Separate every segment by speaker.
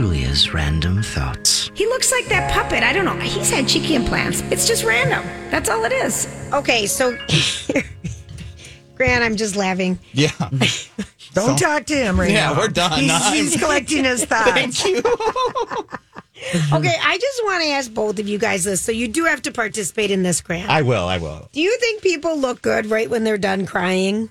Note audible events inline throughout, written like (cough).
Speaker 1: Julia's random thoughts.
Speaker 2: He looks like that puppet. I don't know. He's had cheeky implants. It's just random. That's all it is. Okay, so (laughs) Grant, I'm just laughing.
Speaker 3: Yeah.
Speaker 2: (laughs) Don't talk to him right
Speaker 3: Yeah,
Speaker 2: now.
Speaker 3: we're done.
Speaker 2: He's,
Speaker 3: I'm-
Speaker 2: he's collecting his thoughts.
Speaker 3: Thank you.
Speaker 2: (laughs) okay, I just want to ask both of you guys this. So you do have to participate in this, Grant.
Speaker 3: I will. I will.
Speaker 2: do you think people look good right when they're done crying?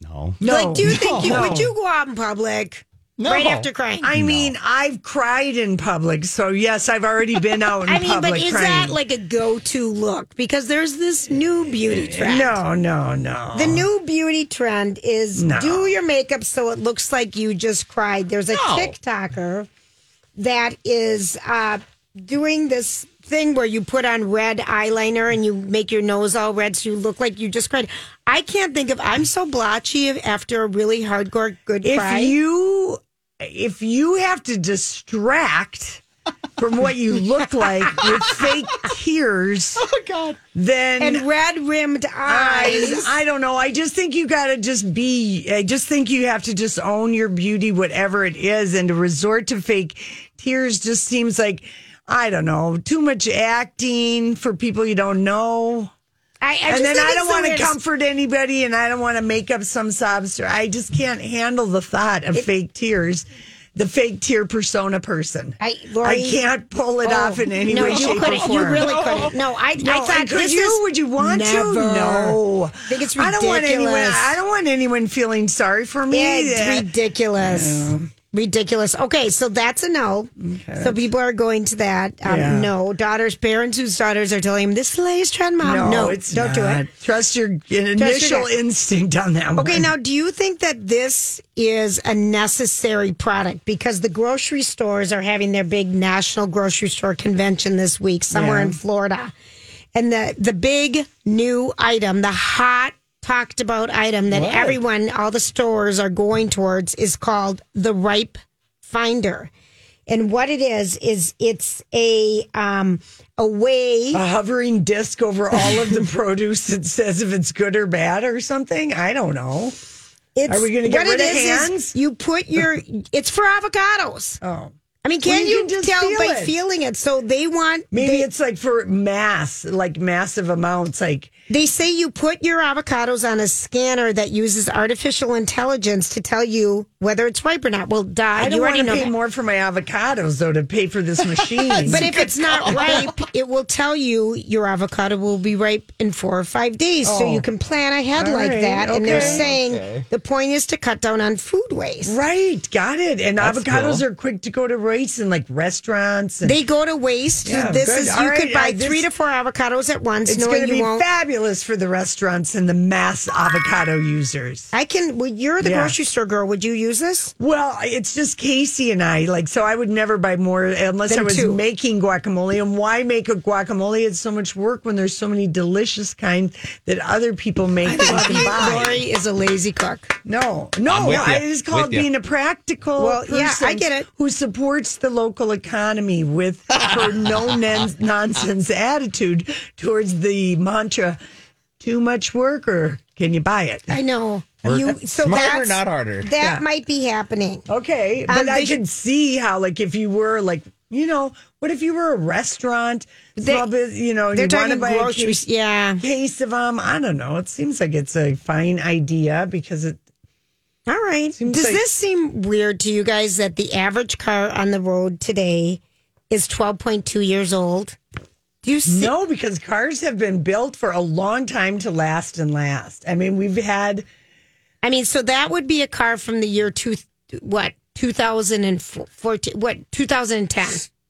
Speaker 3: No.
Speaker 2: No. Like, do you think you
Speaker 4: No.
Speaker 2: would you go out in public
Speaker 3: No.
Speaker 2: right after crying?
Speaker 4: I mean, I've cried in public, so yes, I've already
Speaker 2: (laughs)
Speaker 4: been out in
Speaker 2: I mean,
Speaker 4: public
Speaker 2: but is
Speaker 4: crying.
Speaker 2: that like a go-to look? Because there's this new beauty trend.
Speaker 4: no, no, no.
Speaker 2: The new beauty trend is
Speaker 4: No.
Speaker 2: do your makeup so it looks like you just cried. There's a
Speaker 3: No.
Speaker 2: TikToker that is uh, doing this thing where you put on red eyeliner and you make your nose all red so you look like you just cried. I can't think of. I'm so blotchy after a really hardcore good
Speaker 4: if
Speaker 2: cry.
Speaker 4: you if you have to distract from what you look like
Speaker 2: (laughs)
Speaker 4: with fake tears,
Speaker 3: Oh, God.
Speaker 4: then
Speaker 2: and red rimmed
Speaker 4: I,
Speaker 2: eyes.
Speaker 4: I don't know. I just think you got to just be, I just think you have to just own your beauty, whatever it is, and to resort to fake tears just seems like, I don't know, too much acting for people you don't know.
Speaker 2: I, I just
Speaker 4: and then
Speaker 2: think
Speaker 4: I
Speaker 2: it's
Speaker 4: don't
Speaker 2: the
Speaker 4: want to
Speaker 2: weirdest-
Speaker 4: comfort anybody and I don't want to make up some sob story. I just can't handle the thought of fake tears, the fake tear persona person.
Speaker 2: I- Lori- oh,
Speaker 4: I can't pull it off in any
Speaker 2: no,
Speaker 4: way,
Speaker 2: you
Speaker 4: shape, or
Speaker 2: couldn't.
Speaker 4: form.
Speaker 2: You really couldn't. No, I, I
Speaker 4: No,
Speaker 2: thought
Speaker 4: could
Speaker 2: this
Speaker 4: you?
Speaker 2: is
Speaker 4: Would you want
Speaker 2: never.
Speaker 4: to? No,
Speaker 2: I think it's
Speaker 4: I don't want anyone.
Speaker 2: ridiculous.
Speaker 4: I don't want anyone feeling sorry for me. Eh,
Speaker 2: It's
Speaker 4: That-
Speaker 2: ridiculous. Ridiculous. Okay, so that's a no. So people are going to that. Um,
Speaker 4: Yeah.
Speaker 2: No, daughters, parents whose daughters are telling them this is the latest trend, mom. No,
Speaker 4: it's
Speaker 2: don't do
Speaker 4: not.
Speaker 2: it.
Speaker 4: Trust your initial
Speaker 2: gut.
Speaker 4: instinct on that one.
Speaker 2: Okay, now do you think that this is a necessary product because the grocery stores are having their big national grocery store convention this week somewhere in Florida. And the the big new item, the hot talked about item that everyone all the stores are going towards is called the ripe finder. And what it is is it's a um a way
Speaker 4: a hovering disc over all of
Speaker 2: (laughs)
Speaker 4: the produce that says if it's good or bad or something. I don't know.
Speaker 2: It's,
Speaker 4: Are we gonna get
Speaker 2: what
Speaker 4: rid
Speaker 2: it
Speaker 4: of
Speaker 2: is is
Speaker 4: hands?
Speaker 2: You put your. It's for avocados.
Speaker 4: Oh.
Speaker 2: I mean, can
Speaker 4: Well,
Speaker 2: you,
Speaker 4: you can just
Speaker 2: tell
Speaker 4: feel
Speaker 2: by
Speaker 4: it.
Speaker 2: feeling it? So they want.
Speaker 4: Maybe
Speaker 2: they,
Speaker 4: it's like for mass, like massive amounts, like
Speaker 2: they say you put your avocados on a scanner that uses artificial intelligence to tell you whether it's ripe or not. Well,
Speaker 4: I
Speaker 2: die.
Speaker 4: don't
Speaker 2: You
Speaker 4: want
Speaker 2: already
Speaker 4: to
Speaker 2: know.
Speaker 4: pay
Speaker 2: that.
Speaker 4: more for my avocados though to pay for
Speaker 2: (laughs)
Speaker 4: this machine.
Speaker 2: But if it's not ripe, it will tell you your avocado will be ripe in four or five days. So you can plan ahead
Speaker 4: Oh. All
Speaker 2: like
Speaker 4: right,
Speaker 2: that. And they're
Speaker 4: okay.
Speaker 2: saying
Speaker 3: Okay.
Speaker 2: the point is to cut down on food waste.
Speaker 4: Right, got it. And
Speaker 3: That's
Speaker 4: avocados
Speaker 3: cool.
Speaker 4: are quick to go to waste in like restaurants. And
Speaker 2: They go to waste.
Speaker 4: Yeah,
Speaker 2: this
Speaker 4: good.
Speaker 2: is you
Speaker 4: All right,
Speaker 2: could buy
Speaker 4: I- this-
Speaker 2: three to four avocados at once,
Speaker 4: it's
Speaker 2: knowing
Speaker 4: going to
Speaker 2: you
Speaker 4: be
Speaker 2: won't.
Speaker 4: fabulous for the restaurants and the mass avocado users.
Speaker 2: I can. Well, you're the
Speaker 4: Yeah.
Speaker 2: grocery store girl. Would you use this?
Speaker 4: Well, it's just Casey and I. Like, so I would never buy more unless
Speaker 2: Them
Speaker 4: I was
Speaker 2: too.
Speaker 4: making guacamole. And why make a guacamole? It's so much work when there's so many delicious kinds that other people make. that you can buy.
Speaker 2: Lori is a lazy cook.
Speaker 4: No, no,
Speaker 3: I'm with
Speaker 4: I-
Speaker 3: ya.
Speaker 4: it's called
Speaker 3: With ya.
Speaker 4: being a practical.
Speaker 2: Well, yeah, I
Speaker 4: person
Speaker 2: get it.
Speaker 4: Who supports the local economy with her
Speaker 2: (laughs)
Speaker 4: no nen- nonsense attitude towards the mantra, "Too much work, or can you buy it?"
Speaker 2: I know.
Speaker 3: Work
Speaker 2: you so
Speaker 3: smarter,
Speaker 2: that's,
Speaker 3: not harder.
Speaker 2: That
Speaker 4: Yeah.
Speaker 2: might be happening.
Speaker 4: Okay,
Speaker 2: Um,
Speaker 4: but I
Speaker 2: they-
Speaker 4: can see how, like, if you were like, you know, what if you were a restaurant, small business, you know, and
Speaker 2: They're
Speaker 4: you want
Speaker 2: talking
Speaker 4: to buy a
Speaker 2: grocery.
Speaker 4: case,
Speaker 2: Yeah.
Speaker 4: case of um, I don't know. It seems like it's a fine idea because it
Speaker 2: All right.
Speaker 4: Seems
Speaker 2: Does
Speaker 4: like-
Speaker 2: this seem weird to you guys that the average car on the road today is 12.2 years old? Do you see?
Speaker 4: No, because cars have been built for a long time to last and last. I mean, we've had
Speaker 2: I mean, so that would be a car from the year two, what, 2014, what, 2010?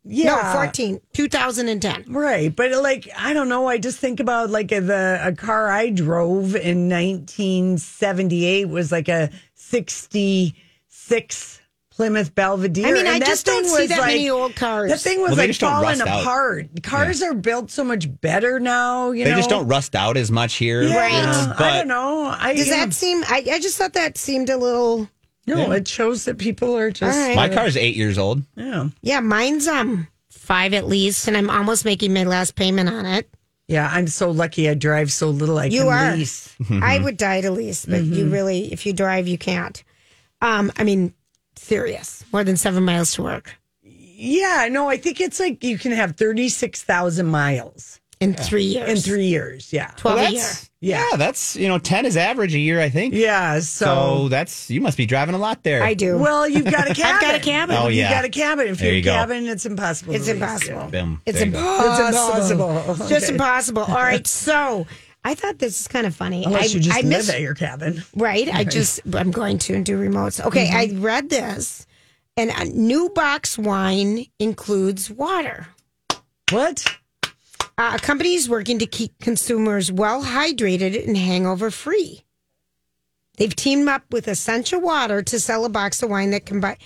Speaker 4: yeah,
Speaker 2: No, 14, 2010.
Speaker 4: right. But like, I don't know. I just think about like a, the a car I drove in 1978 was like a 66 Plymouth Belvedere.
Speaker 2: I mean, I
Speaker 4: and that
Speaker 2: just don't
Speaker 4: thing
Speaker 2: see
Speaker 4: was,
Speaker 2: that many
Speaker 4: like-
Speaker 2: old cars.
Speaker 4: The thing was
Speaker 3: Well, they
Speaker 4: like
Speaker 3: just don't
Speaker 4: falling
Speaker 3: rust out.
Speaker 4: apart. Cars are built so much better now. You
Speaker 3: They
Speaker 4: know,
Speaker 3: just don't rust out as much here.
Speaker 4: Yeah,
Speaker 2: Right.
Speaker 3: Uh,
Speaker 4: I
Speaker 3: But
Speaker 4: don't know. I,
Speaker 2: Does
Speaker 4: yeah.
Speaker 2: that seem, I, I just thought that seemed a little,
Speaker 4: no? It shows that people are just
Speaker 2: All right.
Speaker 3: my car's eight years old.
Speaker 4: yeah.
Speaker 2: yeah, mine's um five at least, and I'm almost making my last payment on it.
Speaker 4: Yeah, I'm so lucky. I drive so little. I
Speaker 2: You
Speaker 4: can
Speaker 2: are.
Speaker 4: lease.
Speaker 2: I would die to lease, but you really, if you drive, you can't. Um, I mean, serious. More than seven miles to work
Speaker 4: Yeah, no, I think it's like you can have thirty six thousand miles
Speaker 2: in three years.
Speaker 4: in three years. Yeah,
Speaker 2: 12 a year.
Speaker 3: that's
Speaker 4: Yeah.
Speaker 3: yeah. that's you know ten is average a year, I think.
Speaker 4: yeah.
Speaker 3: So
Speaker 4: So,
Speaker 3: that's you must be driving a lot there.
Speaker 2: I do.
Speaker 4: well, you've got a cabin.
Speaker 2: (laughs) I've got a cabin.
Speaker 3: Oh,
Speaker 4: you
Speaker 3: yeah.
Speaker 4: got a cabin. If
Speaker 3: There
Speaker 4: you're a
Speaker 3: you go.
Speaker 4: cabin, it's impossible.
Speaker 2: It's
Speaker 4: to lease.
Speaker 2: impossible.
Speaker 3: Boom.
Speaker 2: It's
Speaker 3: There you go.
Speaker 2: impossible.
Speaker 4: It's impossible.
Speaker 2: It's just
Speaker 4: Okay.
Speaker 2: impossible. All (laughs) right. So I thought this is kind of funny.
Speaker 4: Unless
Speaker 2: I,
Speaker 4: you just
Speaker 2: I
Speaker 4: live
Speaker 2: missed-
Speaker 4: at your cabin.
Speaker 2: Right. I just, I'm going to do remotes. Okay. I read this, and a new box wine includes water.
Speaker 4: What?
Speaker 2: Uh, a company is working to keep consumers well hydrated and hangover free. They've teamed up with Essential Water to sell a box of wine that combine,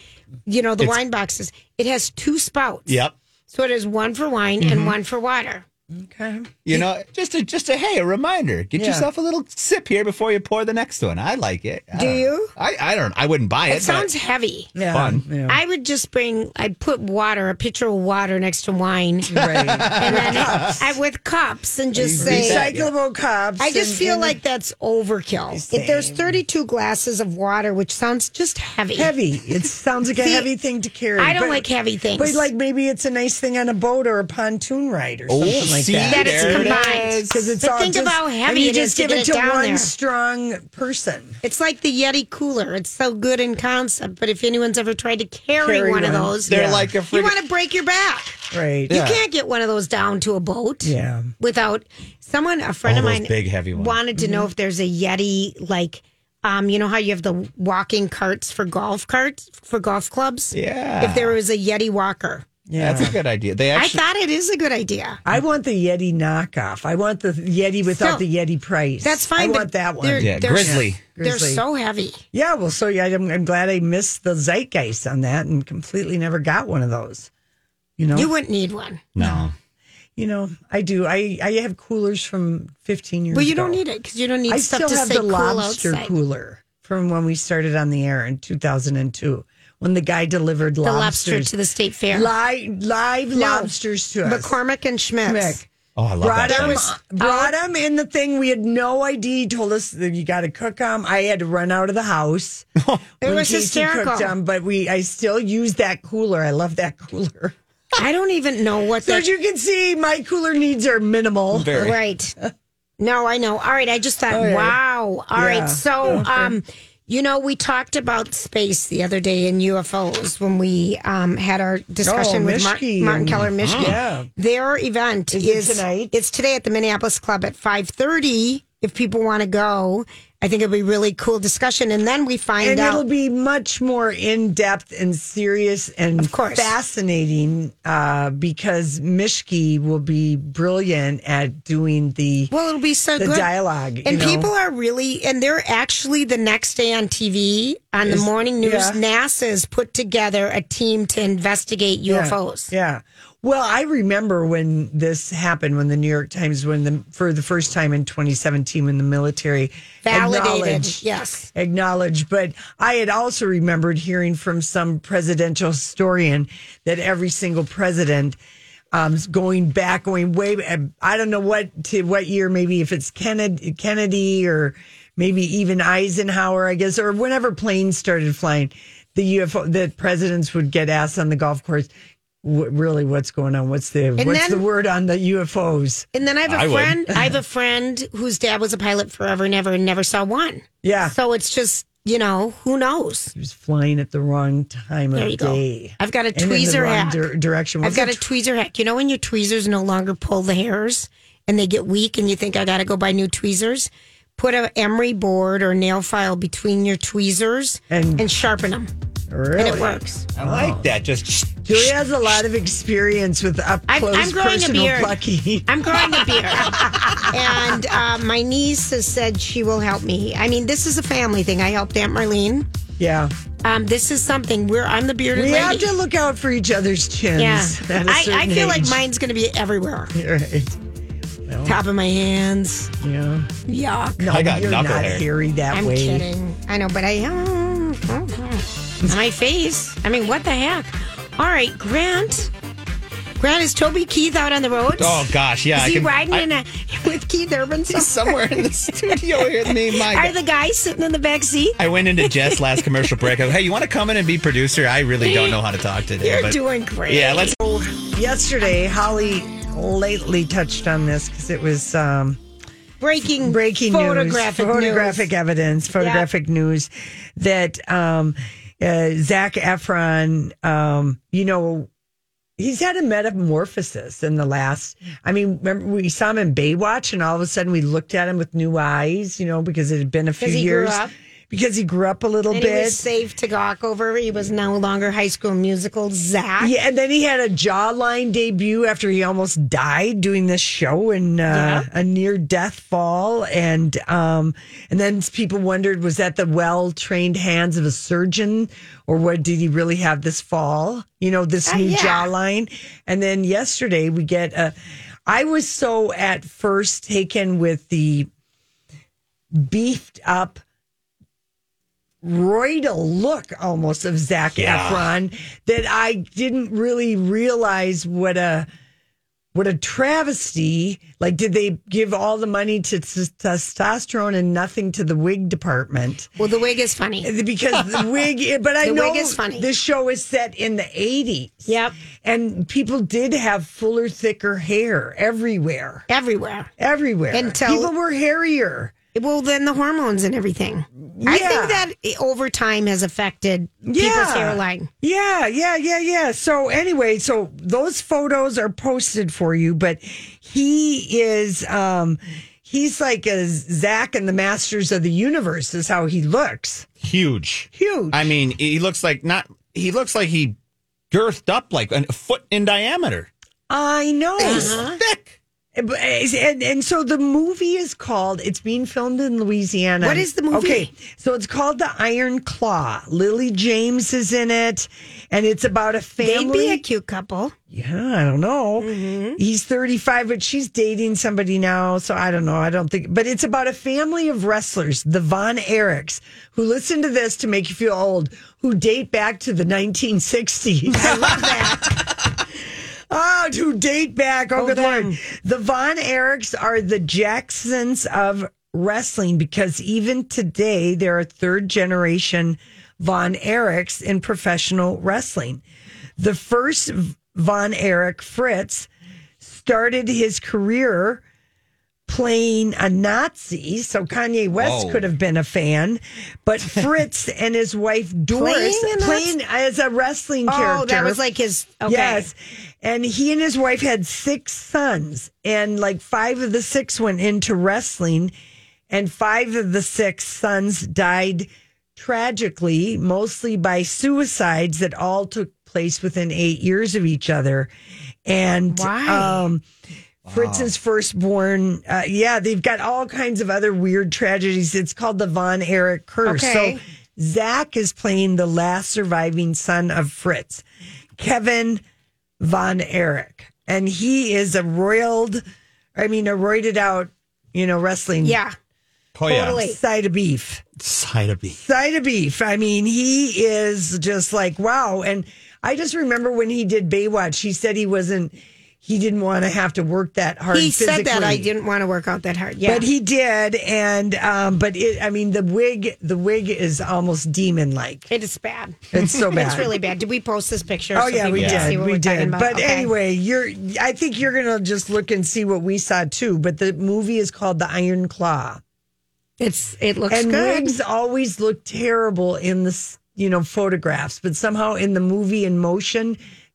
Speaker 2: you know, the
Speaker 3: It's-
Speaker 2: wine boxes. It has two spouts.
Speaker 3: Yep.
Speaker 2: So it is one for wine and one for water.
Speaker 4: Okay.
Speaker 3: You know, just a just a hey, a reminder. Get
Speaker 4: Yeah.
Speaker 3: yourself a little sip here before you pour the next one. I like it. I
Speaker 2: Do
Speaker 3: don't-
Speaker 2: you?
Speaker 3: I, I don't. I wouldn't buy it.
Speaker 2: It sounds heavy.
Speaker 4: Yeah.
Speaker 3: Fun.
Speaker 4: Yeah.
Speaker 2: I would just bring, I'd put water, a pitcher of water next to (laughs) wine,
Speaker 4: Right.
Speaker 2: and then I, with cups and just say,
Speaker 4: Recyclable cups.
Speaker 2: I just
Speaker 4: and-
Speaker 2: feel
Speaker 4: and
Speaker 2: like that's overkill. If there's 32 glasses of water, which sounds just heavy.
Speaker 4: heavy. It sounds like a
Speaker 2: (laughs) See,
Speaker 4: heavy thing to carry.
Speaker 2: I don't
Speaker 4: but-
Speaker 2: like heavy things.
Speaker 4: But like maybe it's a nice thing on a boat or a pontoon ride or
Speaker 3: Oh,
Speaker 4: something like
Speaker 3: see,
Speaker 4: that.
Speaker 2: That it's
Speaker 3: there it
Speaker 2: combined.
Speaker 3: is.
Speaker 4: because it's
Speaker 2: But
Speaker 4: all
Speaker 2: think
Speaker 4: just,
Speaker 2: of how
Speaker 4: and
Speaker 2: heavy
Speaker 4: you
Speaker 2: it
Speaker 4: just
Speaker 2: is to
Speaker 4: give
Speaker 2: get
Speaker 4: it
Speaker 2: it
Speaker 4: to
Speaker 2: down
Speaker 4: one
Speaker 2: there.
Speaker 4: strong person.
Speaker 2: It's like the Yeti cooler. It's so good in concept, but if anyone's ever tried to carry,
Speaker 4: Carry
Speaker 2: one, of
Speaker 4: one.
Speaker 2: those,
Speaker 3: They're
Speaker 4: Yeah.
Speaker 3: like a
Speaker 2: you
Speaker 3: freaking.
Speaker 2: want to break your back.
Speaker 4: Right.
Speaker 3: Yeah.
Speaker 2: You can't get one of those down to a boat.
Speaker 4: Yeah.
Speaker 2: Without someone, a friend
Speaker 3: All
Speaker 2: of
Speaker 3: those
Speaker 2: mine,
Speaker 3: big, heavy ones.
Speaker 2: wanted to know
Speaker 4: Mm-hmm.
Speaker 2: if there's a Yeti like. Um, you know how you have the walking carts for golf carts for golf clubs?
Speaker 3: Yeah.
Speaker 2: If there was a Yeti walker.
Speaker 4: Yeah.
Speaker 3: That's a good idea. They
Speaker 2: I
Speaker 3: actually.
Speaker 2: thought it is a good idea.
Speaker 4: I want the Yeti knockoff. I want the Yeti without
Speaker 2: So,
Speaker 4: the Yeti price.
Speaker 2: That's fine.
Speaker 4: I
Speaker 2: but
Speaker 4: want that one.
Speaker 2: they're-
Speaker 3: Yeah,
Speaker 2: they're-
Speaker 3: grizzly.
Speaker 2: They're
Speaker 4: Grizzly.
Speaker 2: so heavy.
Speaker 4: yeah, well, so yeah, I'm, I'm glad I missed the zeitgeist on that and completely never got one of those. You know,
Speaker 2: You wouldn't need one.
Speaker 3: no.
Speaker 4: you know, I do. I I have coolers from 15 years.
Speaker 2: Well, you don't
Speaker 4: ago.
Speaker 2: need it because you don't need
Speaker 4: I
Speaker 2: stuff
Speaker 4: still
Speaker 2: to
Speaker 4: have
Speaker 2: say
Speaker 4: the
Speaker 2: cool
Speaker 4: lobster
Speaker 2: outside.
Speaker 4: cooler from when we started on the air in 2002 when the guy delivered
Speaker 2: The
Speaker 4: lobsters
Speaker 2: lobster to the state fair.
Speaker 4: Li- live
Speaker 2: No.
Speaker 4: lobsters to us.
Speaker 2: McCormick uh, and Schmidt.
Speaker 4: Mick
Speaker 3: Oh, I love
Speaker 4: brought
Speaker 3: that.
Speaker 4: them,
Speaker 3: thing.
Speaker 4: brought them in the thing. We had no idea. He told us that you got to cook them. I had to run out of the house.
Speaker 2: (laughs) It was hysterical.
Speaker 4: them, but we, I still use that cooler. I love that cooler.
Speaker 2: I don't even know what
Speaker 4: So
Speaker 2: they're
Speaker 4: as you can see, my cooler needs are minimal.
Speaker 3: Very.
Speaker 2: right. No, I know. All right, I just thought,
Speaker 4: right.
Speaker 2: wow. All right,
Speaker 4: Oh, Yeah.
Speaker 2: so um, you know, we talked about space the other day and UFOs when we um had our discussion
Speaker 4: Oh,
Speaker 2: with Mar-
Speaker 4: Mishki
Speaker 2: Martin
Speaker 4: and-
Speaker 2: Keller, Michigan.
Speaker 4: Yeah.
Speaker 2: Their event
Speaker 4: Is
Speaker 2: is,
Speaker 4: it tonight?
Speaker 2: It's today at the Minneapolis Club at five thirty. If people want to go, I think it'll be really cool discussion. And then we find
Speaker 4: and
Speaker 2: out
Speaker 4: it'll be much more in depth and serious and
Speaker 2: Of course.
Speaker 4: fascinating uh, because Mishki will be brilliant at doing the
Speaker 2: Well, it'll be so
Speaker 4: the
Speaker 2: good.
Speaker 4: dialogue,
Speaker 2: And
Speaker 4: you know?
Speaker 2: people are really, and they're actually the next day on TV, on the morning news,
Speaker 4: yeah.
Speaker 2: NASA's put together a team to investigate UFOs.
Speaker 4: Yeah. Well, I remember when this happened when the New York Times when the for the first time in 2017 when the military
Speaker 2: Validated.
Speaker 4: acknowledged-
Speaker 2: Yes.
Speaker 4: acknowledged. But I had also remembered hearing from some presidential historian that every single president, um, is going back, going way, I don't know what to what year, maybe if it's Kennedy, Kennedy or maybe even Eisenhower, I guess, or whenever planes started flying, the UFO that presidents would get asked on the golf course. What, really, what's going on? What's the what's
Speaker 2: then-
Speaker 4: the word on the UFOs?
Speaker 2: And then I have a
Speaker 3: I would.
Speaker 4: (laughs)
Speaker 2: friend, I have a friend whose dad was a pilot forever and ever and never saw one.
Speaker 4: Yeah,
Speaker 2: So it's just, you know, who knows?
Speaker 4: He was flying at the wrong time
Speaker 2: There
Speaker 4: of
Speaker 2: you go.
Speaker 4: day.
Speaker 2: I've got a
Speaker 4: And in the
Speaker 2: tweezer
Speaker 4: wrong
Speaker 2: hack.
Speaker 4: dir- direction.
Speaker 2: I've
Speaker 4: Was
Speaker 2: got
Speaker 4: it
Speaker 2: a tweezer hack. You know when your tweezers no longer pull the hairs and they get weak and you think I got to go buy new tweezers? Put a emery board or nail file between your tweezers
Speaker 4: And- Oh,
Speaker 2: and, sharpen them.
Speaker 4: really?
Speaker 2: And it works.
Speaker 3: I
Speaker 2: Oh.
Speaker 3: like that. Just
Speaker 4: Julia has a lot of experience with up
Speaker 2: I'm-
Speaker 4: close
Speaker 2: I'm growing a
Speaker 4: personal
Speaker 2: beard.
Speaker 4: plucking.
Speaker 2: I'm growing a beard. and uh, my niece has said she will help me. I mean, this is a family thing. I helped Aunt Marlene.
Speaker 4: (laughs) yeah,
Speaker 2: Um, this is something where I'm the bearded
Speaker 4: we
Speaker 2: lady.
Speaker 4: have to look out for each other's chins. (laughs)
Speaker 2: yeah,
Speaker 4: at a
Speaker 2: I, I
Speaker 4: certain
Speaker 2: feel like
Speaker 4: age.
Speaker 2: mine's going to be everywhere.
Speaker 4: (laughs) Right.
Speaker 2: Top of my hands.
Speaker 4: Yeah.
Speaker 2: Yuck.
Speaker 4: No,
Speaker 3: I got
Speaker 4: you're not
Speaker 3: knuckle hair.
Speaker 4: hairy that
Speaker 2: I'm
Speaker 4: way.
Speaker 2: kidding. I know, but I (laughs) um, my face. I mean, what the heck? All right, Grant. Grant is Toby Keith out on the road?
Speaker 3: oh gosh, yeah.
Speaker 2: Is
Speaker 3: I
Speaker 2: he
Speaker 3: can,
Speaker 2: riding
Speaker 3: I-
Speaker 2: in a (laughs) with Keith Urban?
Speaker 3: he's (laughs) somewhere in the studio here. Me, my.
Speaker 2: Are
Speaker 3: God.
Speaker 2: the guys sitting in the back seat?
Speaker 3: I went into Jess last commercial break. I was, hey, you want to come in and be producer? I really don't know how to talk today.
Speaker 2: You're
Speaker 3: but-
Speaker 2: doing great.
Speaker 3: Yeah, let's.
Speaker 4: Yesterday, Holly lately touched on this because it was um,
Speaker 2: breaking
Speaker 4: breaking
Speaker 2: photographic
Speaker 4: news,
Speaker 2: news.
Speaker 4: photographic evidence, photographic news that um, uh, Zach Efron, um, you know, he's had a metamorphosis in the last. I mean, remember we saw him in Baywatch, and all of a sudden we looked at him with new eyes, you know, because it had been a few
Speaker 2: 'Cause he grew
Speaker 4: years.
Speaker 2: up.
Speaker 4: Because he grew up a little
Speaker 2: And he
Speaker 4: bit.
Speaker 2: was safe to gawk over. He was no longer High School Musical Zach.
Speaker 4: Yeah, and then he had a jawline debut after he almost died doing this show and uh, a near death fall, and um, and then people wondered was that the well trained hands of a surgeon or what did he really have this fall? You know, this
Speaker 2: Uh,
Speaker 4: new
Speaker 2: yeah.
Speaker 4: jawline, and then yesterday we get a. I was so at first taken with the beefed up roidal look almost of Zach
Speaker 3: Yeah.
Speaker 4: Efron that I didn't really realize what a what a travesty like did they give all the money to t- testosterone and nothing to the wig department
Speaker 2: Well, the wig is funny.
Speaker 4: because
Speaker 2: (laughs)
Speaker 4: the wig eh, but I
Speaker 2: The
Speaker 4: know
Speaker 2: wig is funny.
Speaker 4: this show is set in the 80s
Speaker 2: Yep.
Speaker 4: and people did have fuller thicker hair everywhere
Speaker 2: Everywhere.
Speaker 4: everywhere
Speaker 2: Until-
Speaker 4: people were hairier
Speaker 2: Well, then the hormones and everything. I
Speaker 4: Yeah.
Speaker 2: think that i- over time has affected people's
Speaker 4: Yeah.
Speaker 2: hairline.
Speaker 4: Yeah, yeah, yeah, yeah. So anyway, so those photos are posted for you, but he is um he's like a Zach and the Masters of the Universe is how he looks.
Speaker 3: Huge.
Speaker 4: Huge.
Speaker 3: I mean, he looks like not. He looks like he girthed up like a foot in diameter.
Speaker 4: I know.
Speaker 3: Thick.
Speaker 4: But- And, and so the movie is called, it's being filmed in Louisiana.
Speaker 2: What is the movie?
Speaker 4: Okay. So it's called The Iron Claw. Lily James is in it, and it's about a family.
Speaker 2: They'd be a cute couple.
Speaker 4: Yeah, I don't know.
Speaker 2: Mm-hmm.
Speaker 4: He's 35, but she's dating somebody now. So I don't know. I don't think, but it's about a family of wrestlers, the Von Erichs, who listen to this to make you feel old, who date back to the 1960s. (laughs) I love that. Oh, to date back. Oh,
Speaker 2: Oh,
Speaker 4: good
Speaker 2: damn.
Speaker 4: lord. The Von Erichs are the Jacksons of wrestling because even today there are third generation Von Erichs in professional wrestling. The first Von Erich Fritz started his career playing a Nazi, so Kanye West
Speaker 3: Whoa.
Speaker 4: could have been a fan,
Speaker 2: (laughs)
Speaker 4: but Fritz and his wife Doris
Speaker 2: Playing a Nazi?
Speaker 4: playing as a wrestling character.
Speaker 2: Oh, that was like his. Okay.
Speaker 4: Yes. And he and his wife had six sons, and like five of the six went into wrestling, and five of the six sons died tragically, mostly by suicides that all took place within eight years of each other. And
Speaker 2: Why?
Speaker 4: um Fritz's firstborn, uh, yeah, they've got all kinds of other weird tragedies. It's called the Von Erich curse.
Speaker 2: Okay.
Speaker 4: So Zach is playing the last surviving son of Fritz, Kevin Von Erich. And he is a roiled, I mean, a roided out, you know, wrestling
Speaker 2: Yeah.
Speaker 3: Oh yeah.
Speaker 2: Totally.
Speaker 4: side of beef.
Speaker 3: Side of beef.
Speaker 4: Side of beef. I mean, he is just like, wow. And I just remember when he did Baywatch, he said he wasn't, he didn't want to have to work that hard.
Speaker 2: He said that I
Speaker 4: physically.
Speaker 2: didn't want to work out that hard. Yeah.
Speaker 4: But he did, and um, but it. I mean, the wig, the wig is almost demon like.
Speaker 2: it is bad.
Speaker 4: It's so bad.
Speaker 2: (laughs) It's really bad. Did we post this picture?
Speaker 4: Oh
Speaker 2: so
Speaker 4: yeah,
Speaker 2: people
Speaker 4: we
Speaker 2: can see
Speaker 4: did,
Speaker 2: what
Speaker 4: we
Speaker 2: we're talking
Speaker 4: did.
Speaker 2: about?
Speaker 4: But
Speaker 2: Okay.
Speaker 4: anyway, you're. I think you're gonna just look and see what we saw too. But the movie is called The Iron Claw.
Speaker 2: It's it looks
Speaker 4: and
Speaker 2: good.
Speaker 4: wigs always look terrible in the s- you know photographs, but somehow in the movie in motion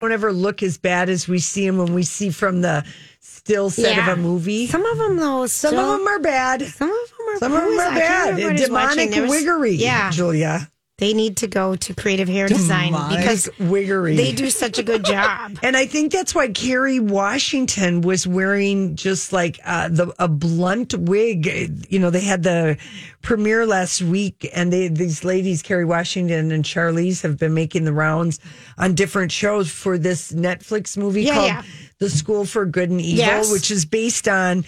Speaker 4: don't ever look as bad as we see them when we see from the still set
Speaker 2: Yeah.
Speaker 4: of a movie. Some,
Speaker 2: Some of them though. still-
Speaker 4: of them are bad.
Speaker 2: Some of them are.
Speaker 4: Some of them
Speaker 2: poised.
Speaker 4: are
Speaker 2: I can't
Speaker 4: bad.
Speaker 2: remember what I was watching.
Speaker 4: Demonic
Speaker 2: There was-
Speaker 4: wiggery.
Speaker 2: Yeah,
Speaker 4: Julia.
Speaker 2: they need to go to creative hair design
Speaker 4: Demonic
Speaker 2: because
Speaker 4: wiggery.
Speaker 2: they do such a
Speaker 4: (laughs)
Speaker 2: good job.
Speaker 4: And I think that's why Carrie Washington was wearing just like uh, the a blunt wig. You know, they had the premiere last week, and they these ladies, Carrie Washington and Charlize, have been making the rounds on different shows for this Netflix movie
Speaker 2: Yeah,
Speaker 4: called
Speaker 2: yeah.
Speaker 4: The School for Good and Evil,
Speaker 2: Yes.
Speaker 4: which is based on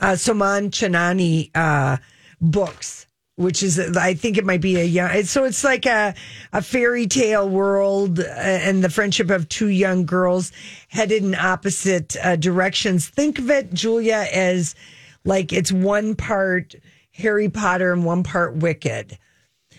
Speaker 4: uh, Soman Chanani uh, books. Which is, I think it might be a young. So it's like a a fairy tale world, uh, and the friendship of two young girls headed in opposite uh, directions. Think of it, Julia, as like it's one part Harry Potter and one part Wicked.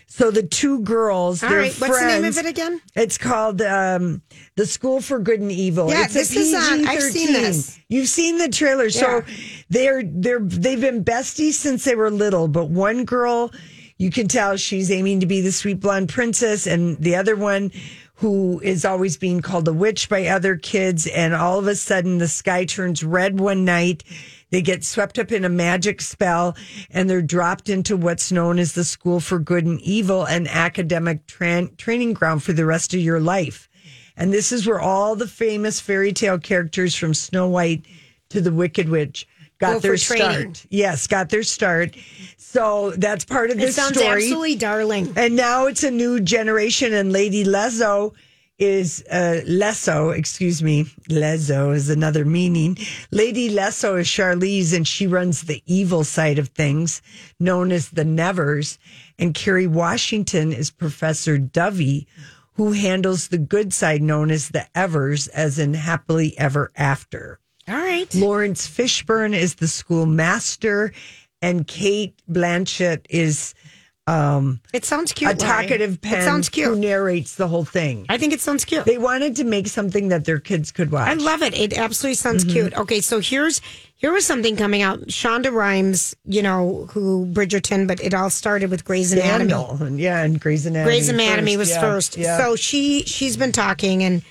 Speaker 4: So the two girls,
Speaker 2: All
Speaker 4: they're
Speaker 2: right, what's the name of
Speaker 4: friends.
Speaker 2: it again?
Speaker 4: It's called um, the School for Good and Evil.
Speaker 2: Yeah,
Speaker 4: it's
Speaker 2: this is on- I've seen
Speaker 4: PG-13.
Speaker 2: this.
Speaker 4: You've seen the trailer, so they're they're they've been besties since they were little. But one girl, you can tell she's aiming to be the sweet blonde princess, and the other one, who is always being called a witch by other kids. And all of a sudden, the sky turns red one night. They get swept up in a magic spell and they're dropped into what's known as the School for Good and Evil, an academic tran training ground for the rest of your life. And this is where all the famous fairy tale characters from Snow White to the Wicked Witch got
Speaker 2: Go for
Speaker 4: their
Speaker 2: training.
Speaker 4: start. Yes, got their start. So that's part of
Speaker 2: It
Speaker 4: this
Speaker 2: sounds
Speaker 4: story.
Speaker 2: absolutely darling.
Speaker 4: and now it's a new generation, and Lady Lezo is uh, Lesso, excuse me, Lezo is another meaning. Lady Lesso is Charlize, and she runs the evil side of things, known as the Nevers. And Carrie Washington is Professor Dovey, who handles the good side, known as the Evers, as in happily ever after.
Speaker 2: All right.
Speaker 4: Lawrence Fishburne is the schoolmaster, and Kate Blanchett is
Speaker 2: It sounds cute.
Speaker 4: a
Speaker 2: Lori.
Speaker 4: talkative pen
Speaker 2: It sounds
Speaker 4: who
Speaker 2: cute.
Speaker 4: narrates the whole thing.
Speaker 2: I think it sounds cute.
Speaker 4: They wanted to make something that their kids could watch.
Speaker 2: I love it. It absolutely sounds
Speaker 4: Mm-hmm.
Speaker 2: cute. Okay, so here's here was something coming out. Shonda Rhimes, you know, who Bridgerton, but it all started with Grey's Anatomy.
Speaker 4: Scandal. And, yeah, and Grey's Anatomy.
Speaker 2: Grey's Anatomy
Speaker 4: first.
Speaker 2: was
Speaker 4: Yeah,
Speaker 2: first.
Speaker 4: yeah.
Speaker 2: So she she's been talking and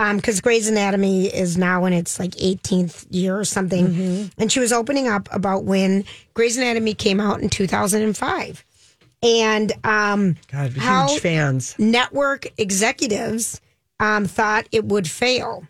Speaker 2: um because Grey's Anatomy is now in its like 18th year or something,
Speaker 4: Mm-hmm.
Speaker 2: and she was opening up about when Grey's Anatomy came out in 2005, and um
Speaker 4: God, huge
Speaker 2: how-
Speaker 4: fans.
Speaker 2: network executives um, thought it would fail,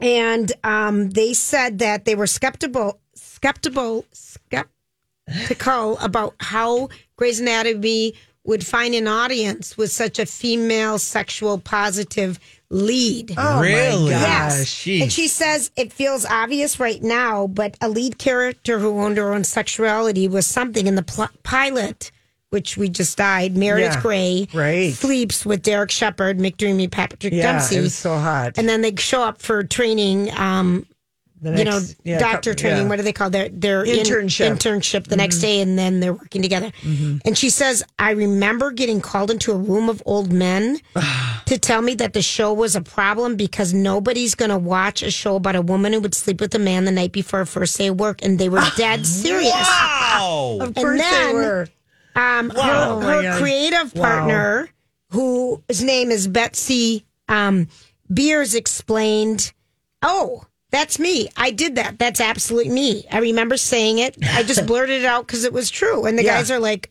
Speaker 2: and um, they said that they were skeptical, skeptical, skeptical about how Grey's Anatomy would find an audience with such a female sexual positive lead.
Speaker 4: Oh
Speaker 3: Really?
Speaker 4: my gosh.
Speaker 2: Yes. And she says it feels obvious right now, but a lead character who owned her own sexuality was something in the pl- pilot, which we just died. Meredith
Speaker 4: Yeah,
Speaker 2: Grey
Speaker 4: right.
Speaker 2: sleeps with Derek Shepard, McDreamy, Patrick
Speaker 4: Yeah,
Speaker 2: Dempsey.
Speaker 4: it was so hot.
Speaker 2: and then they show up for training, um,
Speaker 4: The
Speaker 2: you know,
Speaker 4: next- yeah,
Speaker 2: doctor
Speaker 4: couple-
Speaker 2: training.
Speaker 4: yeah.
Speaker 2: What do they call their their in-
Speaker 4: Internship. Mm-hmm.
Speaker 2: internship the next day, and then they're working together. And she says, "I remember getting called into a room of old
Speaker 4: (sighs)
Speaker 2: men to tell me that the show was a problem because nobody's going to watch a show about a woman who would sleep with a man the night before her first day of work, and they were
Speaker 4: (gasps)
Speaker 2: dead serious."
Speaker 3: Wow.
Speaker 4: Of course
Speaker 2: then-
Speaker 4: they were.
Speaker 2: Um,
Speaker 3: Wow.
Speaker 2: her,
Speaker 4: Oh my
Speaker 2: her
Speaker 4: God.
Speaker 2: creative
Speaker 4: Wow.
Speaker 2: partner, whose name is Betsy um, Beers, explained, "Oh, That's me. I did that. That's absolutely me. I remember saying it.
Speaker 4: (laughs)
Speaker 2: I just blurted it out because it was true. And the
Speaker 4: Yeah.
Speaker 2: guys are like,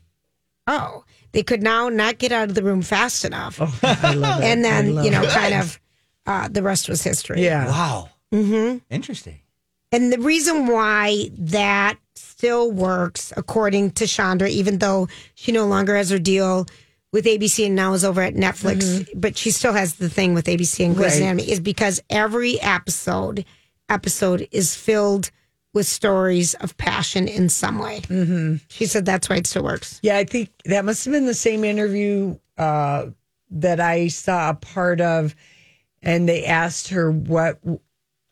Speaker 2: oh, they could now not get out of the room fast enough.
Speaker 4: Oh,
Speaker 2: (laughs) and then, you know, kind of uh, the rest was history.
Speaker 4: Yeah.
Speaker 3: Wow. Mm-hmm. Interesting.
Speaker 2: And the reason why that still works, according to Chandra, even though she no longer has her deal with ABC and now is over at Netflix, but she still has the thing with ABC and Grey's
Speaker 4: Mm-hmm. Right.
Speaker 2: Anatomy, is because every episode episode is filled with stories of passion in some way. Mm-hmm. She said that's why it still works.
Speaker 4: Yeah, I think that must have been the same interview uh, that I saw a part of, and they asked her what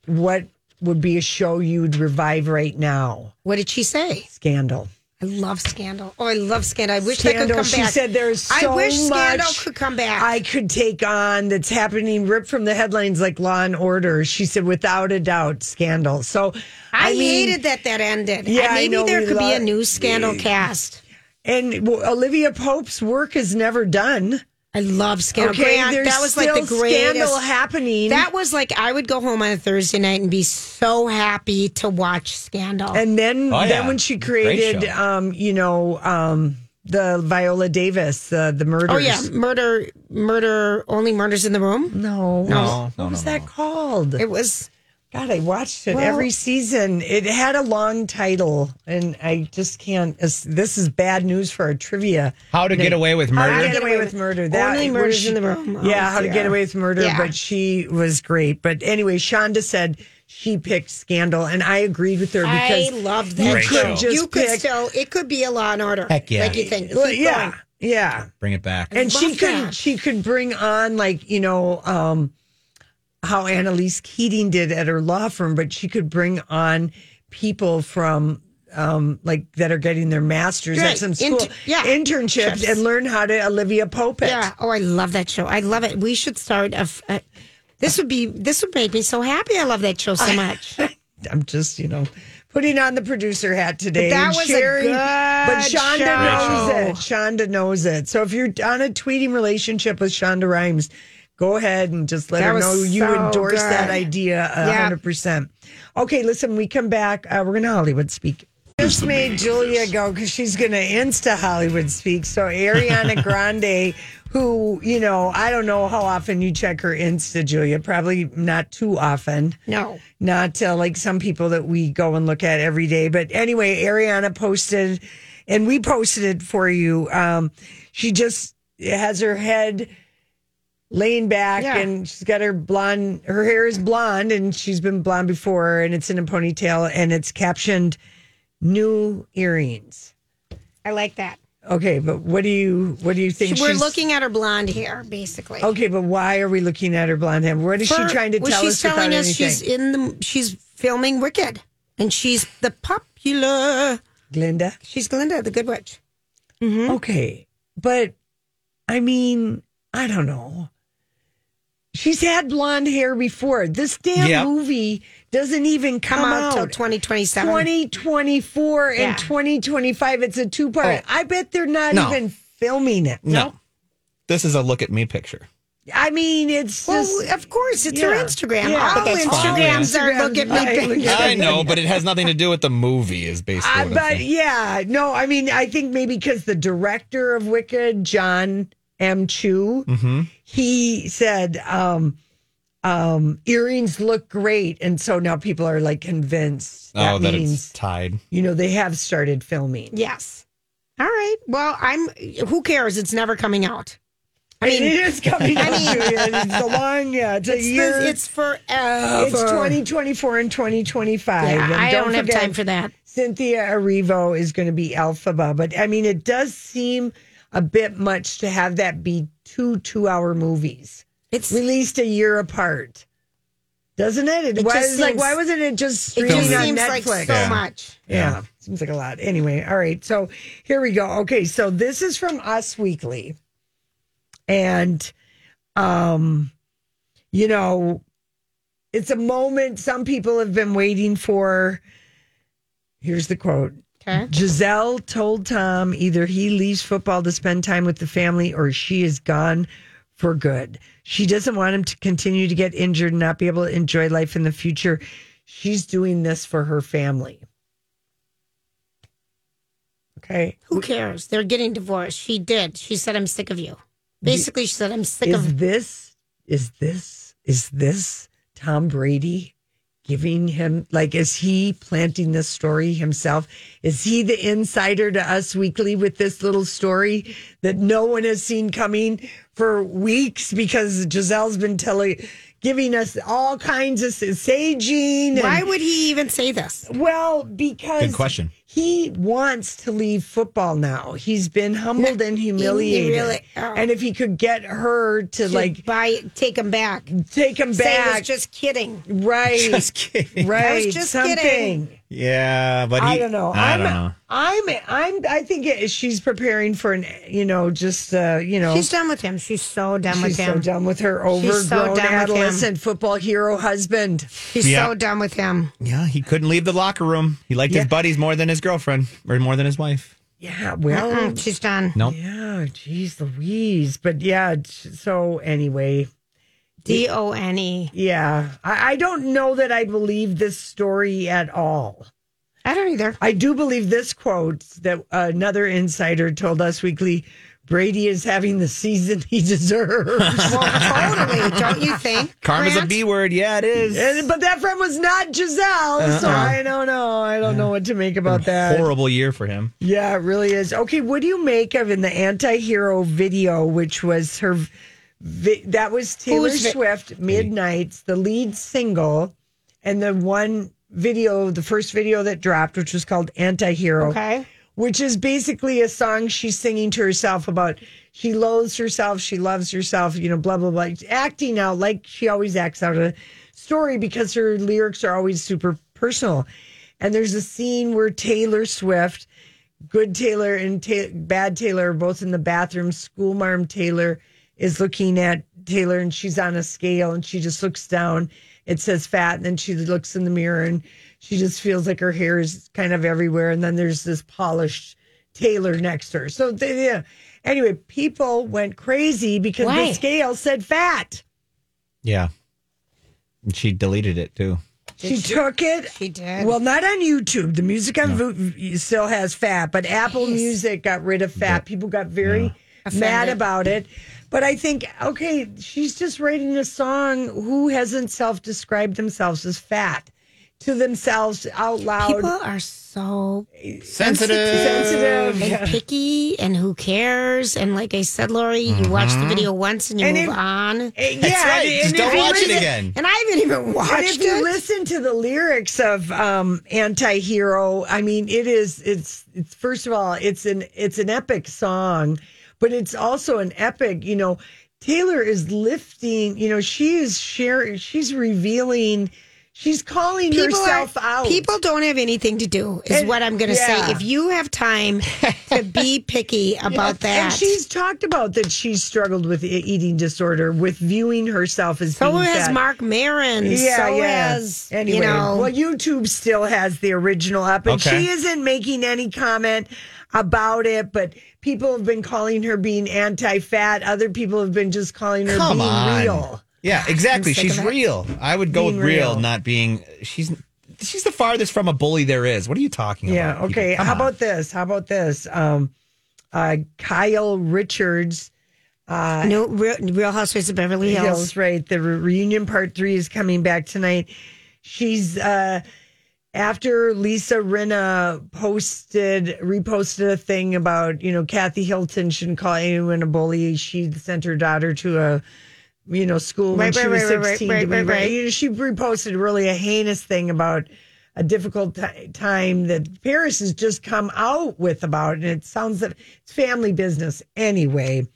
Speaker 4: what would be a show you would revive right now.
Speaker 2: What did she say?
Speaker 4: Scandal.
Speaker 2: I love Scandal. Oh, I love Scandal. I wish that could
Speaker 4: Scandal.
Speaker 2: come
Speaker 4: She
Speaker 2: back.
Speaker 4: said there's so
Speaker 2: I wish Scandal
Speaker 4: much
Speaker 2: could come back.
Speaker 4: I could take on that's happening ripped from the headlines like Law and Order. She said without a doubt, Scandal. So
Speaker 2: I,
Speaker 4: mean,
Speaker 2: hated that that ended.
Speaker 4: Yeah,
Speaker 2: Yeah,
Speaker 4: I
Speaker 2: maybe
Speaker 4: know
Speaker 2: there
Speaker 4: we
Speaker 2: could be a
Speaker 4: lo-
Speaker 2: new Scandal cast.
Speaker 4: And well, Olivia Pope's work is never done.
Speaker 2: I love Scandal.
Speaker 4: Okay,
Speaker 2: Grant,
Speaker 4: there's
Speaker 2: that was like the
Speaker 4: still
Speaker 2: greatest
Speaker 4: Scandal happening.
Speaker 2: That was like I would go home on a Thursday night and be so happy to watch Scandal.
Speaker 4: And then,
Speaker 3: Oh,
Speaker 4: then
Speaker 3: yeah.
Speaker 4: when she
Speaker 3: Great
Speaker 4: created,
Speaker 3: show.
Speaker 4: um, you know, um, the Viola Davis, uh, the murders.
Speaker 2: oh yeah, murder, murder, only murders in the room.
Speaker 4: No,
Speaker 3: No,
Speaker 4: What
Speaker 3: no,
Speaker 4: was
Speaker 3: no,
Speaker 4: that
Speaker 3: no.
Speaker 4: called?
Speaker 2: It was
Speaker 4: God, I watched it every season. It had a long title, and I just can't. This, this is bad news for our trivia.
Speaker 3: How to get away with
Speaker 4: How to
Speaker 3: murder?
Speaker 4: get away with murder.
Speaker 2: Only
Speaker 4: where
Speaker 2: Murders in the Room. Oh,
Speaker 4: yeah, how to
Speaker 2: dear.
Speaker 4: get away with murder.
Speaker 2: Yeah.
Speaker 4: But she was great. But anyway, Shonda said she picked Scandal, and I agreed with her
Speaker 2: I
Speaker 4: because
Speaker 2: love
Speaker 3: you
Speaker 2: that.
Speaker 3: Great
Speaker 2: show.
Speaker 3: could
Speaker 4: just
Speaker 2: you could
Speaker 4: pick-
Speaker 2: still. It could be a Law and Order.
Speaker 3: Heck yeah.
Speaker 2: Like you think.
Speaker 4: Well,
Speaker 2: keep
Speaker 4: yeah,
Speaker 2: going.
Speaker 4: yeah.
Speaker 3: Bring it back.
Speaker 4: and she
Speaker 2: Love
Speaker 4: could
Speaker 2: that.
Speaker 4: she could bring on like you know um how Annalise Keating did at her law firm, but she could bring on people from um like that are getting their masters
Speaker 2: Right.
Speaker 4: at some school
Speaker 2: Int- yeah.
Speaker 4: internships
Speaker 2: Ships.
Speaker 4: and learn how to Olivia Pope it.
Speaker 2: Yeah. Oh, I love that show. I love it. We should start a. f- a- this would be. This would make me so happy. I love that
Speaker 4: (laughs)
Speaker 2: show so much.
Speaker 4: I'm just you know putting on the producer hat today.
Speaker 2: that
Speaker 4: and
Speaker 2: was a
Speaker 4: sharing-
Speaker 2: good
Speaker 4: but Shonda
Speaker 2: show.
Speaker 4: knows it. Shonda knows it. So if you're on a tweeting relationship with Shonda Rhimes, go ahead and just let
Speaker 2: That
Speaker 4: her
Speaker 2: was
Speaker 4: know you
Speaker 2: so
Speaker 4: endorse that
Speaker 2: good.
Speaker 4: idea a
Speaker 2: Yeah.
Speaker 4: hundred percent. Okay, listen, we come back. Uh, we're gonna Hollywood speak. Just made Julia go because she's gonna insta Hollywood speak. So
Speaker 2: (laughs)
Speaker 4: Ariana Grande, who you know, I don't know how often you check her insta, Julia. Probably not too often
Speaker 2: No.
Speaker 4: not uh, like some people that we go and look at every day. But anyway, Ariana posted, and we posted it for you. Um, she just has her head laying back,
Speaker 2: Yeah.
Speaker 4: and she's got her blonde. Her hair is blonde, and she's been blonde before, and it's in a ponytail, and it's captioned "New Earrings."
Speaker 2: I like that.
Speaker 4: Okay, but what do you what do you think?
Speaker 2: We're
Speaker 4: she's-
Speaker 2: looking at her blonde hair, basically.
Speaker 4: Okay, but why are we looking at her blonde hair? What is
Speaker 2: For-
Speaker 4: she trying to
Speaker 2: well,
Speaker 4: tell
Speaker 2: she's
Speaker 4: us?
Speaker 2: telling
Speaker 4: without
Speaker 2: us
Speaker 4: anything?
Speaker 2: she's in the. She's filming Wicked, and she's the popular.
Speaker 4: Glinda.
Speaker 2: She's Glinda, the Good Witch.
Speaker 4: Okay. But I mean, I don't know. She's had blonde hair before. This damn
Speaker 3: Yep.
Speaker 4: movie doesn't even come,
Speaker 2: Come out
Speaker 4: out
Speaker 2: till twenty twenty seven.
Speaker 4: 2024
Speaker 2: Yeah.
Speaker 4: and 2025. It's a two part.
Speaker 3: Oh.
Speaker 4: I bet they're not
Speaker 3: No.
Speaker 4: even filming it.
Speaker 3: no. This is a look at me picture.
Speaker 4: I mean, it's
Speaker 2: Well,
Speaker 4: just.
Speaker 2: of course, it's her
Speaker 4: Yeah.
Speaker 2: Instagram.
Speaker 4: Yeah.
Speaker 2: All
Speaker 4: But
Speaker 3: that's fine.
Speaker 2: Instagrams are
Speaker 4: (laughs)
Speaker 2: look at
Speaker 4: Instagram's
Speaker 2: me.
Speaker 4: fine.
Speaker 2: picture. (laughs)
Speaker 4: Yeah,
Speaker 3: I
Speaker 4: but-
Speaker 3: know, but it has nothing to do with the movie. Is basically.
Speaker 4: I,
Speaker 3: what I'm
Speaker 4: but
Speaker 3: saying.
Speaker 4: yeah, no, I mean, I think maybe because the director of Wicked, John M. Chu,
Speaker 3: Mm-hmm.
Speaker 4: he said um, um, earrings look great, and so now people are like convinced that,
Speaker 3: oh, that
Speaker 4: means
Speaker 3: it's tied.
Speaker 4: you know they have started filming.
Speaker 2: Yes. All right. Well, I'm. Who cares? It's never coming out. I mean,
Speaker 4: it is coming.
Speaker 2: I
Speaker 4: out,
Speaker 2: mean-
Speaker 4: Julia, (laughs) it's a long, yeah, it's,
Speaker 2: it's,
Speaker 4: a year.
Speaker 2: this, it's forever.
Speaker 4: it's 2024 and 2025.
Speaker 2: Yeah,
Speaker 4: and
Speaker 2: I don't, have
Speaker 4: forget-
Speaker 2: time for that.
Speaker 4: Cynthia Erivo is going to be Alphaba, but I mean, it does seem a bit much to have that be two two-hour movies
Speaker 2: It's
Speaker 4: released a year apart, doesn't it? It,
Speaker 2: It
Speaker 4: was
Speaker 2: just
Speaker 4: like
Speaker 2: seems-
Speaker 4: why wasn't it just
Speaker 2: it
Speaker 4: streaming
Speaker 2: just
Speaker 4: on
Speaker 2: seems
Speaker 4: Netflix?
Speaker 2: like so
Speaker 3: Yeah.
Speaker 2: much.
Speaker 4: yeah. seems like a lot. Anyway, all right, so here we go. Okay, so this is from Us Weekly, and um, you know, it's a moment some people have been waiting for. Here's the quote.
Speaker 2: Okay.
Speaker 4: Giselle told Tom either he leaves football to spend time with the family or she is gone for good. She doesn't want him to continue to get injured and not be able to enjoy life in the future. she's doing this for her family. Okay.
Speaker 2: Who cares? They're getting divorced. She did. She said, I'm sick of you. Basically, she said, I'm sick
Speaker 4: Is
Speaker 2: of.
Speaker 4: this is this is this Tom Brady giving him like is he planting this story himself? Is he the insider to us weekly with this little story that no one has seen coming for weeks because Giselle's been telling giving us all kinds of saging and
Speaker 2: Why would he even say this?
Speaker 4: well, because
Speaker 3: Good question.
Speaker 4: He wants to leave football now. He's been humbled and humiliated.
Speaker 2: really- oh.
Speaker 4: And if he could get her to like
Speaker 2: Like, buy, take him back.
Speaker 4: take him
Speaker 2: Say he was
Speaker 4: back,
Speaker 2: just kidding.
Speaker 4: (laughs) right,
Speaker 3: (laughs) Just kidding.
Speaker 4: right,
Speaker 2: I was just
Speaker 4: something.
Speaker 2: kidding.
Speaker 3: Yeah, but he,
Speaker 4: I don't know.
Speaker 3: I
Speaker 4: am
Speaker 3: don't know.
Speaker 4: I'm. I'm. I think it, she's preparing for an. You know, just uh, you know,
Speaker 2: She's done with him. She's so done
Speaker 4: she's
Speaker 2: with
Speaker 4: so
Speaker 2: him.
Speaker 4: done with her overgrown
Speaker 2: She's so done with him.
Speaker 4: adolescent football hero husband.
Speaker 2: She's
Speaker 3: Yeah.
Speaker 2: so done with him.
Speaker 3: Yeah, he couldn't leave the locker room. He liked
Speaker 4: Yeah.
Speaker 3: his buddies more than his girlfriend or more than his wife.
Speaker 4: Yeah. Well,
Speaker 2: Mm, She's done.
Speaker 3: Nope.
Speaker 4: Yeah, geez Louise. But yeah, t- so anyway,
Speaker 2: D O N E.
Speaker 4: yeah. I, I don't know that I believe this story at all.
Speaker 2: I
Speaker 4: (laughs)
Speaker 2: don't either.
Speaker 4: I do believe this quote that another insider told Us Weekly Brady is having the season he (laughs) deserves.
Speaker 2: Well, totally. Don't you think?
Speaker 3: Karma's a
Speaker 2: Grant?
Speaker 3: B word. Yeah, it is.
Speaker 4: and, but that friend was not Giselle. So
Speaker 2: Uh-uh.
Speaker 4: I don't know. I don't know what to make about that.
Speaker 3: Horrible year for him.
Speaker 4: Yeah, it really is. Okay, what do you make of in the anti-hero video, which was her? Vi- that was Taylor
Speaker 2: Who's vi-
Speaker 4: Swift, "Midnight's" the lead single, and the one video, the first video that dropped, which was called "Anti-Hero,"
Speaker 2: Okay.
Speaker 4: which is basically a song she's singing to herself about she loathes herself, she loves herself, you know, blah blah blah, acting out like she always acts out a story because her lyrics are always super personal. And there's a scene where Taylor Swift, good Taylor and ta- bad Taylor, are both in the bathroom. Schoolmarm Taylor is looking at Taylor and she's on a scale and she just looks down. It says fat. And then she looks in the mirror and she just feels like her hair is kind of everywhere. And then there's this polished Taylor next to her. So, they, yeah. Anyway, people went crazy because
Speaker 2: Why?
Speaker 4: the scale said fat.
Speaker 3: Yeah. And she deleted it too.
Speaker 4: She, took it.
Speaker 2: She did.
Speaker 4: Well, not on YouTube. The music on Vu- still has fat, but Apple Music got rid of fat. People got very mad about it. But I think, okay, she's just writing a song. Who hasn't self described themselves as fat to themselves out loud?
Speaker 2: People are so
Speaker 4: sensitive.
Speaker 2: and picky and who cares? And like I said, Lori, you watch the video once and you
Speaker 4: Mm-hmm. And
Speaker 2: move
Speaker 4: if-
Speaker 2: on.
Speaker 4: Yeah,
Speaker 3: That's right.
Speaker 4: and-
Speaker 3: Just
Speaker 4: and
Speaker 3: don't
Speaker 4: if you
Speaker 3: watch it
Speaker 4: listen-
Speaker 3: again.
Speaker 2: And I haven't even watched
Speaker 4: And if you
Speaker 2: it.
Speaker 4: listen to the lyrics of um, "Anti-Hero," I mean, it is it's it's first of all, it's an it's an epic song, but it's also an epic. You know, Taylor is lifting. You know, she is sharing. She's revealing. She's calling herself out.
Speaker 2: people don't have anything to do, is
Speaker 4: And-
Speaker 2: what I'm going to
Speaker 4: yeah.
Speaker 2: say. If you have time to
Speaker 4: (laughs)
Speaker 2: be picky about that,
Speaker 4: And she's talked about that she's struggled with e- eating disorder, with viewing herself as
Speaker 2: so
Speaker 4: being
Speaker 2: has
Speaker 4: fat.
Speaker 2: Mark Maron. so has,
Speaker 4: Anyway,
Speaker 2: you know.
Speaker 4: well, YouTube still has the original up, and
Speaker 3: Okay.
Speaker 4: she isn't making any comment about it. But people have been calling her being anti-fat. Other people have been just calling her
Speaker 3: Come
Speaker 4: being
Speaker 3: on.
Speaker 4: real. (sighs)
Speaker 3: Yeah, exactly.
Speaker 2: sick
Speaker 3: She's
Speaker 2: of it.
Speaker 3: real. I would go
Speaker 4: Being
Speaker 3: with real,
Speaker 4: real.
Speaker 3: not being. She's she's the farthest from a bully there is. What are you talking
Speaker 4: Yeah.
Speaker 3: about? people?
Speaker 4: Okay.
Speaker 3: Come
Speaker 4: How
Speaker 3: on.
Speaker 4: about this? How about this? Um, uh, Kyle Richards.
Speaker 2: No, Real, Real Housewives of Beverly Hills.
Speaker 4: Hills, right? The re- reunion part three is coming back tonight. She's uh, after Lisa Rinna posted reposted a thing about you know Kathy Hilton shouldn't call anyone a bully. She sent her daughter to a you know school when
Speaker 2: Right,
Speaker 4: she
Speaker 2: right,
Speaker 4: was
Speaker 2: right, right,
Speaker 4: sixteen.
Speaker 2: right,
Speaker 4: to be
Speaker 2: right,
Speaker 4: ra-
Speaker 2: right.
Speaker 4: You know, she reposted really a heinous thing about. A difficult ti time that Paris has just come out with about, and it sounds that it's family business anyway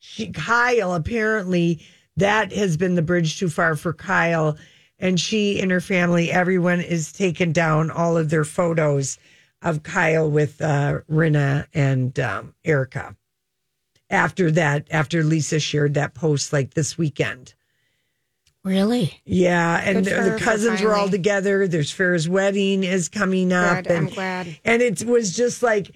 Speaker 4: she, Kyle apparently that has been the bridge too far for Kyle and she and her family everyone is taken down all of their photos of Kyle with uh Rinna and um, Erica after that after Lisa shared that post like this weekend
Speaker 2: Really?
Speaker 4: yeah and
Speaker 2: Good
Speaker 4: the,
Speaker 2: for
Speaker 4: the
Speaker 2: her for
Speaker 4: cousins were all
Speaker 2: finally-
Speaker 4: together there's Farrah's wedding is coming up
Speaker 2: Good, I'm
Speaker 4: and-
Speaker 2: glad.
Speaker 4: and it was just like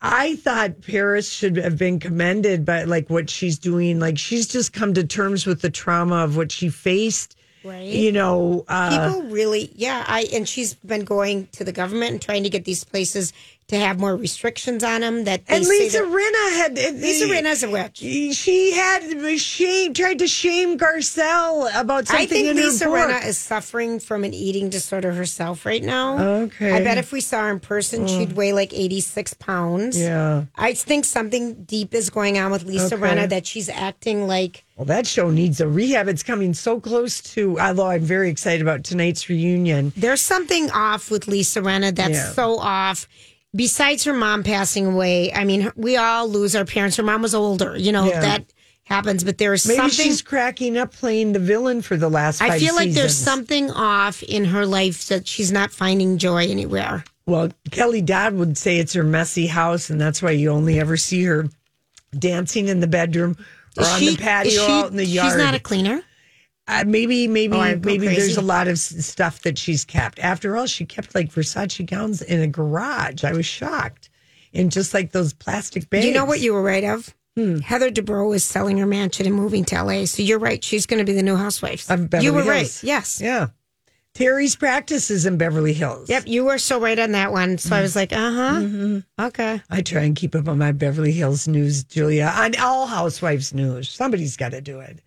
Speaker 4: I thought Paris should have been commended by like what she's doing. Like she's just come to terms with the trauma of what she faced
Speaker 2: Right.
Speaker 4: you know, uh,
Speaker 2: People really, yeah. I and she's been going to the government and trying to get these places to have more restrictions on them. That they
Speaker 4: and
Speaker 2: say
Speaker 4: Lisa
Speaker 2: that-
Speaker 4: Rinna had
Speaker 2: Lisa Rinna's a witch.
Speaker 4: She had shame, tried to shame Garcelle about something
Speaker 2: I think
Speaker 4: in
Speaker 2: Lisa
Speaker 4: her book.
Speaker 2: Rinna is suffering from an eating disorder herself right now.
Speaker 4: Okay. Mm.
Speaker 2: I bet if we saw her in person, she'd weigh like 86 pounds.
Speaker 4: yeah.
Speaker 2: I think something deep is going on with Lisa
Speaker 4: Okay.
Speaker 2: Renna that she's acting like
Speaker 4: Well, that show needs a rehab. It's coming so close to, although I'm very excited about tonight's reunion.
Speaker 2: there's something off with Lisa Renna that's
Speaker 4: Yeah.
Speaker 2: so off. Besides her mom passing away, I mean, we all lose our parents. Her mom was older, you know,
Speaker 4: Yeah.
Speaker 2: that happens, but there's
Speaker 4: Maybe
Speaker 2: something.
Speaker 4: she's cracking up playing the villain for the last five
Speaker 2: I feel like there's
Speaker 4: seasons.
Speaker 2: something off in her life that she's not finding joy anywhere.
Speaker 4: Well, Kelly Dodd would say it's her messy house, and that's why you only ever see her dancing in the bedroom or
Speaker 2: Is
Speaker 4: on
Speaker 2: she-
Speaker 4: the
Speaker 2: is
Speaker 4: patio
Speaker 2: she-
Speaker 4: or out in the yard.
Speaker 2: She's not a cleaner.
Speaker 4: uh, maybe, maybe,
Speaker 2: Oh, I'd go
Speaker 4: maybe
Speaker 2: crazy.
Speaker 4: there's a lot of s- stuff that she's kept. After all, she kept like Versace gowns in a garage. I was shocked. And just like those plastic bags.
Speaker 2: You know what you were right of?
Speaker 4: Hmm.
Speaker 2: Heather Dubrow is selling her mansion and moving to LA. So you're right. She's going to be the new housewife.
Speaker 4: Of Beverly
Speaker 2: you were
Speaker 4: Hills.
Speaker 2: right. Yes.
Speaker 4: Yeah. Terry's practices in Beverly Hills.
Speaker 2: Yep. You were so right on that one.
Speaker 4: Hmm.
Speaker 2: So I was like, uh huh.
Speaker 4: Mm-hmm.
Speaker 2: Okay.
Speaker 4: I try and keep up on my Beverly Hills news, Julia, on all housewives news. Somebody's got to do it.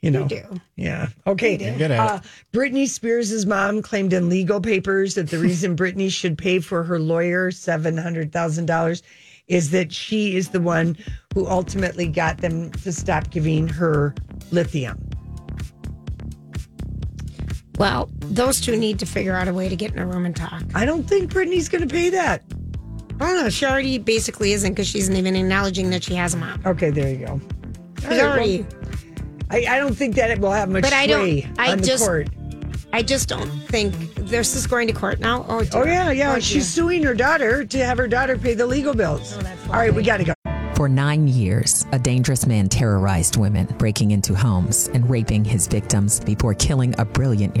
Speaker 4: You know.
Speaker 2: do.
Speaker 4: Yeah. Okay.
Speaker 3: Good at it.
Speaker 4: Uh, Britney Spears' mom claimed in legal papers that
Speaker 2: (laughs)
Speaker 4: the reason Britney should pay for her lawyer $700,000 is that she is the one who ultimately got them to stop giving her lithium.
Speaker 2: Well, those two need to figure out a way to get in a room and talk.
Speaker 4: I don't think Britney's going to pay that.
Speaker 2: I don't know. She already basically isn't because she's not even acknowledging that she has a mom.
Speaker 4: Okay, there you go.
Speaker 2: She's
Speaker 4: right, well,
Speaker 2: already.
Speaker 4: I, I don't think that it will have much
Speaker 2: But I don't-
Speaker 4: sway
Speaker 2: I
Speaker 4: on
Speaker 2: just-
Speaker 4: the court.
Speaker 2: I just don't think this is going to court now. Oh, dear.
Speaker 4: Oh yeah, yeah.
Speaker 2: Oh,
Speaker 4: She's
Speaker 2: dear.
Speaker 4: suing her daughter to have her daughter pay the legal bills.
Speaker 2: Oh,
Speaker 4: All right, we got to go.
Speaker 5: For nine years, a dangerous man terrorized women, breaking into homes and raping his victims before killing a brilliant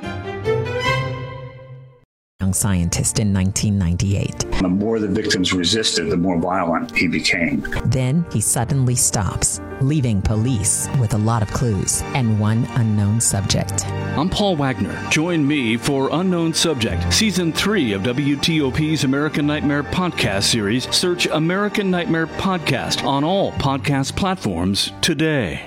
Speaker 5: young scientist in 1998.
Speaker 6: The more the victims resisted, the more violent he became.
Speaker 5: Then he suddenly stops, leaving police with a lot of clues and one unknown subject.
Speaker 6: I'm Paul Wagner. Join me for Unknown Subject, Season 3 of WTOP's American Nightmare Podcast series. Search American Nightmare Podcast on all podcast platforms today.